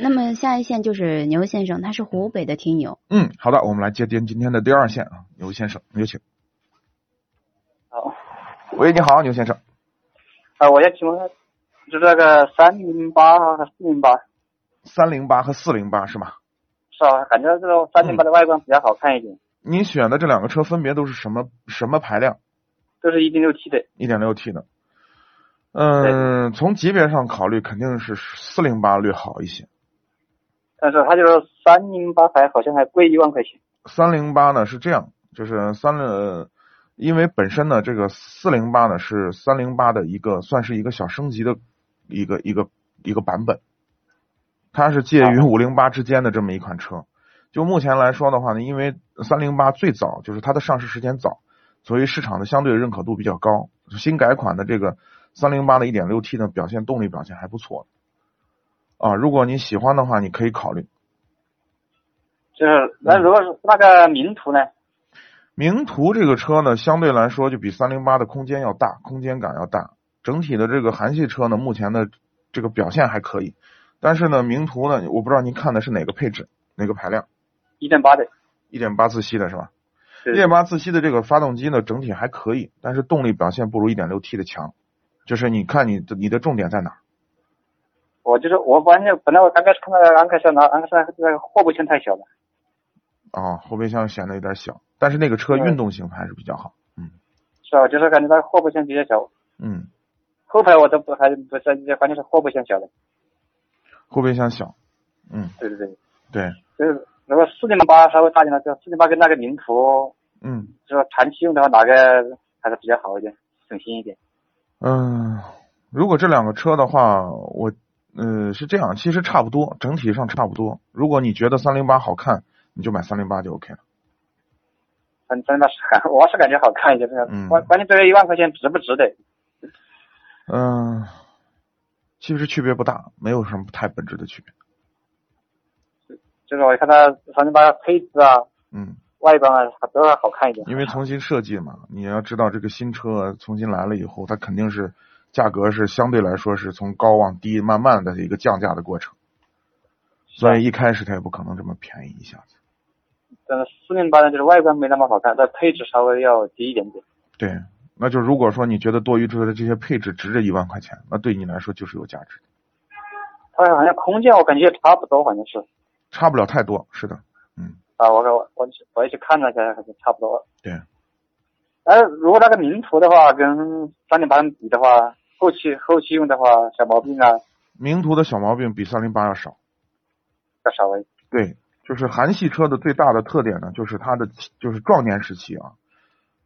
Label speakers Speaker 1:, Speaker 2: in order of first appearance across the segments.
Speaker 1: 那么下一线就是牛先生，他是湖北的听友。
Speaker 2: 嗯，好的，我们来接听今天的第二线啊，牛先生，有请。
Speaker 3: 好，
Speaker 2: 喂，你好，牛先生。
Speaker 3: 啊，我想请问，就是那个三零八和四零八，
Speaker 2: 三零八和四零八是吗？
Speaker 3: 是吧？感觉这种三零八的外观比较好看一点，
Speaker 2: 您选的这两个车分别都是什么什么排量？
Speaker 3: 都是一点六 T 的，
Speaker 2: 一点六 T 的。嗯，从级别上考虑，肯定是四零八略好一些。
Speaker 3: 但是它就是三零八还好像还贵一万块钱。
Speaker 2: 三零八呢是这样，就是三呃，因为本身呢这个四零八呢是三零八的一个算是一个小升级的一个一个一个版本，它是介于五零八之间的这么一款车。就目前来说的话呢，因为三零八最早就是它的上市时间早，所以市场的相对认可度比较高。新改款的这个三零八的一点六 T 呢，表现动力表现还不错啊。如果你喜欢的话，你可以考虑。
Speaker 3: 就是那如果是那个名图呢？
Speaker 2: 名图这个车呢，相对来说就比三零八的空间要大，空间感要大。整体的这个韩系车呢，目前的这个表现还可以，但是呢，名图呢，我不知道您看的是哪个配置、哪个排量，
Speaker 3: 一点八的，
Speaker 2: 一点八自吸的是吧？
Speaker 3: 是
Speaker 2: 一点八自吸的这个发动机呢，整体还可以，但是动力表现不如一点六 T 的强。就是你看你的你的重点在哪儿？
Speaker 3: 我就是我发现本来我刚开始看到安克赛拉，安克赛拉那个后备箱太小了，
Speaker 2: 啊、后备箱显得有点小，但是那个车
Speaker 3: 嗯
Speaker 2: 运动性还是比较好。
Speaker 3: 是吧？就是感觉那个后备箱比较小，
Speaker 2: 嗯，
Speaker 3: 后排我都不还不是，关键是后备箱小了。
Speaker 2: 后备箱小。嗯，
Speaker 3: 对对对，
Speaker 2: 对，
Speaker 3: 就是如果四零八稍微大一点的，就四零八跟那个名图，
Speaker 2: 嗯。
Speaker 3: 就是长期用的话，哪个还是比较好一点，省心一点。
Speaker 2: 嗯，如果这两个车的话，我呃是这样，其实差不多，整体上差不多。如果你觉得三零八好看，你就买三零八就 OK 了。
Speaker 3: 反正那是很， 我是感觉好看一些，这个
Speaker 2: 嗯
Speaker 3: 关、关键这个一万块钱值不值得？
Speaker 2: 嗯、其实区别不大，没有什么太本质的区别。
Speaker 3: 就是我看它三零八配置啊、
Speaker 2: 嗯，
Speaker 3: 外观啊，都要好看一点。
Speaker 2: 因为重新设计嘛，你要知道这个新车重新来了以后，它肯定是价格是相对来说是从高往低慢慢的一个降价的过程，所以一开始它也不可能这么便宜一下子。
Speaker 3: 但是四零八呢，就是外观没那么好看，但配置稍微要低一点点。
Speaker 2: 对，那就如果说你觉得多余出来的这些配置值这一万块钱，那对你来说就是有价值的，
Speaker 3: 它好像空间我感觉也差不多，好像是
Speaker 2: 差不了太多。是的，
Speaker 3: 啊，我我我我也去看了一下，好像差不多。
Speaker 2: 对。
Speaker 3: 但是如果那个名图的话，跟三零八比的话，后期后期用的话，小毛病啊
Speaker 2: 名图的小毛病比三零八要少。
Speaker 3: 要稍微
Speaker 2: 对，就是韩系车的最大的特点呢，就是它的就是壮年时期啊，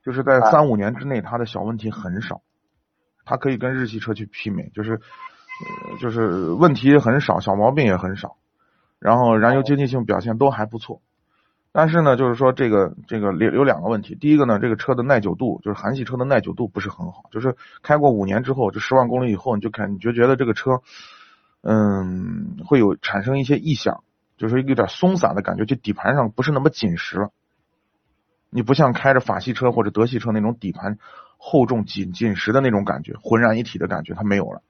Speaker 2: 就是在
Speaker 3: 啊
Speaker 2: 三五年之内，它的小问题很少，它可以跟日系车去媲美，就是呃就是问题很少，小毛病也很少，然后燃油经济性表现都还不错。但是呢，就是说这个这个有有两个问题，第一个呢，这个车的耐久度，就是韩系车的耐久度不是很好，就是开过五年之后，就十万公里以后，你就看你就觉得这个车，嗯，会有产生一些异响，就是有点松散的感觉，就底盘上不是那么紧实了。你不像开着法系车或者德系车那种底盘厚重紧紧实的那种感觉，浑然一体的感觉，它没有了，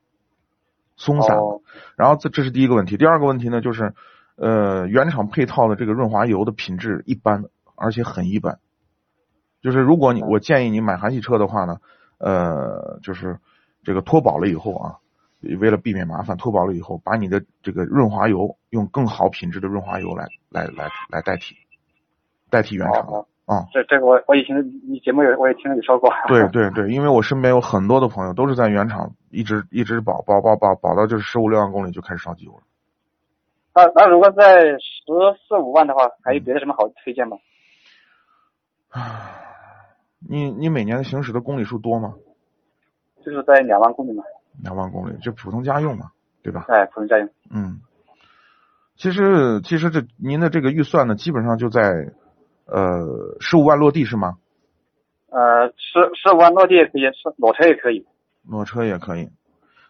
Speaker 2: 松散了。
Speaker 3: 哦，
Speaker 2: 然后这这是第一个问题，第二个问题呢就是，呃，原厂配套的这个润滑油的品质一般，而且很一般。就是如果你我建议你买韩系车的话呢，呃，就是这个脱保了以后啊，为了避免麻烦，脱保了以后，把你的这个润滑油用更好品质的润滑油来来来来代替，代替原
Speaker 3: 好
Speaker 2: 厂的
Speaker 3: 好，
Speaker 2: 啊、
Speaker 3: 这这个我我以前你节目有我也听你说过。
Speaker 2: 对对对，因为我身边有很多的朋友都是在原厂一直一直保保保保保到就是十五六万公里就开始烧机油了。
Speaker 3: 那那如果在十四五万的话，还有别的什么好推荐吗？
Speaker 2: 你你每年行驶的公里数多吗？
Speaker 3: 就是在两万公里嘛，
Speaker 2: 两万公里，就普通家用嘛，对吧？
Speaker 3: 哎，普通家用。
Speaker 2: 嗯，其实其实这您的这个预算呢，基本上就在呃十五万落地是吗？
Speaker 3: 呃，十十五万落地也可以，是裸车也可以。
Speaker 2: 裸车也可以。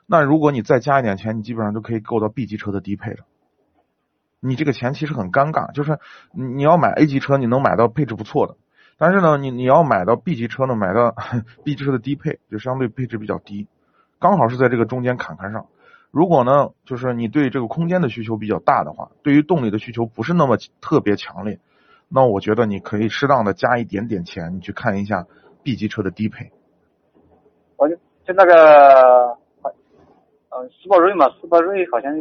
Speaker 2: 那如果你再加一点钱，你基本上就可以够到 B 级车的低配了。你这个钱其实很尴尬，就是你你要买 A 级车，你能买到配置不错的，但是呢，你你要买到 B 级车呢，买到 B 级车的低配，就相对配置比较低，刚好是在这个中间坎坎上。如果呢，就是你对这个空间的需求比较大的话，对于动力的需求不是那么特别强烈，那我觉得你可以适当的加一点点钱，你去看一下 B 级车的低配。
Speaker 3: 我就就那个，呃，斯巴瑞嘛，斯巴瑞好像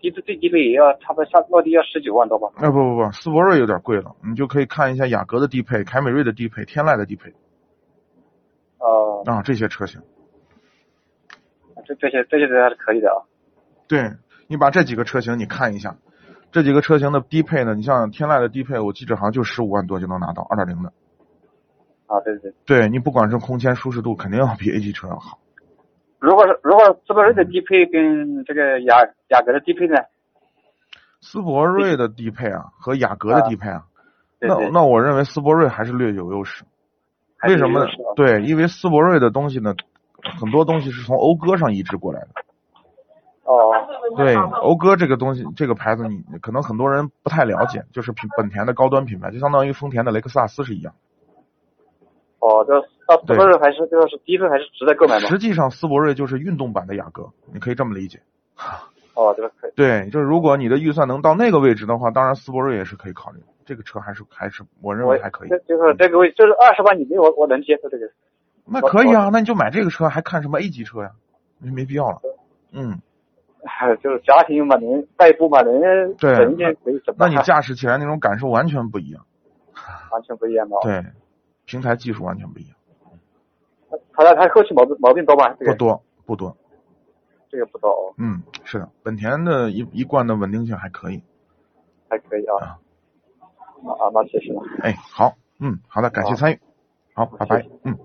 Speaker 3: 低最最低配也要差不多下落地要十九万多吧。
Speaker 2: 哎，不不不，斯铂瑞有点贵了，你就可以看一下雅阁的低配、凯美瑞的低配、天籁的低配
Speaker 3: 哦、
Speaker 2: 啊这些车型。
Speaker 3: 这这些这些还是可以的啊。
Speaker 2: 对你把这几个车型你看一下，这几个车型的低配呢，你像天籁的低配，我记着好像就十五万多就能拿到二点零的。
Speaker 3: 啊，对对对。
Speaker 2: 对你不管是空间舒适度，肯定要比 A 级车要好。
Speaker 3: 如果是如果斯巴瑞的低配跟这个雅雅阁的低配呢？
Speaker 2: 斯铂瑞的低配啊和雅阁的低配啊，
Speaker 3: 对
Speaker 2: 那
Speaker 3: 对
Speaker 2: 那我认为斯铂瑞还是略有优势。
Speaker 3: 还是
Speaker 2: 为什么呢
Speaker 3: 有优势啊？
Speaker 2: 对，因为斯铂瑞的东西呢，很多东西是从讴歌上移植过来的。
Speaker 3: 哦，
Speaker 2: 对，讴歌这个东西，这个牌子你可能很多人不太了解，就是品本田的高端品牌，就相当于丰田的雷克萨斯是一样。
Speaker 3: 哦，这到斯
Speaker 2: 对
Speaker 3: 巴瑞还是就是低配还是值得购买嘛？
Speaker 2: 实际上，斯铂瑞就是运动版的雅阁，你可以这么理解。
Speaker 3: 哦，这个可以。
Speaker 2: 对，就是如果你的预算能到那个位置的话，当然斯铂瑞也是可以考虑的。这个车还是还是我认嗯
Speaker 3: 我
Speaker 2: 为还可以
Speaker 3: 这。就是这个位，就是二十万以内，我我能接受这个。
Speaker 2: 那可以啊，那你就买这个车，还看什么 A 级车呀？没没必要了。嗯，
Speaker 3: 就是家庭嘛，能代步嘛，能
Speaker 2: 对
Speaker 3: 省一点可以怎么
Speaker 2: 那你驾驶起来那种感受完全不一样。
Speaker 3: 完全不一样哦嘛。
Speaker 2: 对，平台技术完全不一样，
Speaker 3: 它它它后期毛病毛病多吧？这
Speaker 2: 不
Speaker 3: 个
Speaker 2: 多不多。
Speaker 3: 这个不多哦，
Speaker 2: 嗯，是的，本田的一一贯的稳定性还可以。
Speaker 3: 还可以啊。啊，那谢谢了。
Speaker 2: 哎，好，嗯，好的，感谢
Speaker 3: 好
Speaker 2: 参与，好，拜拜
Speaker 3: 谢，
Speaker 2: 嗯。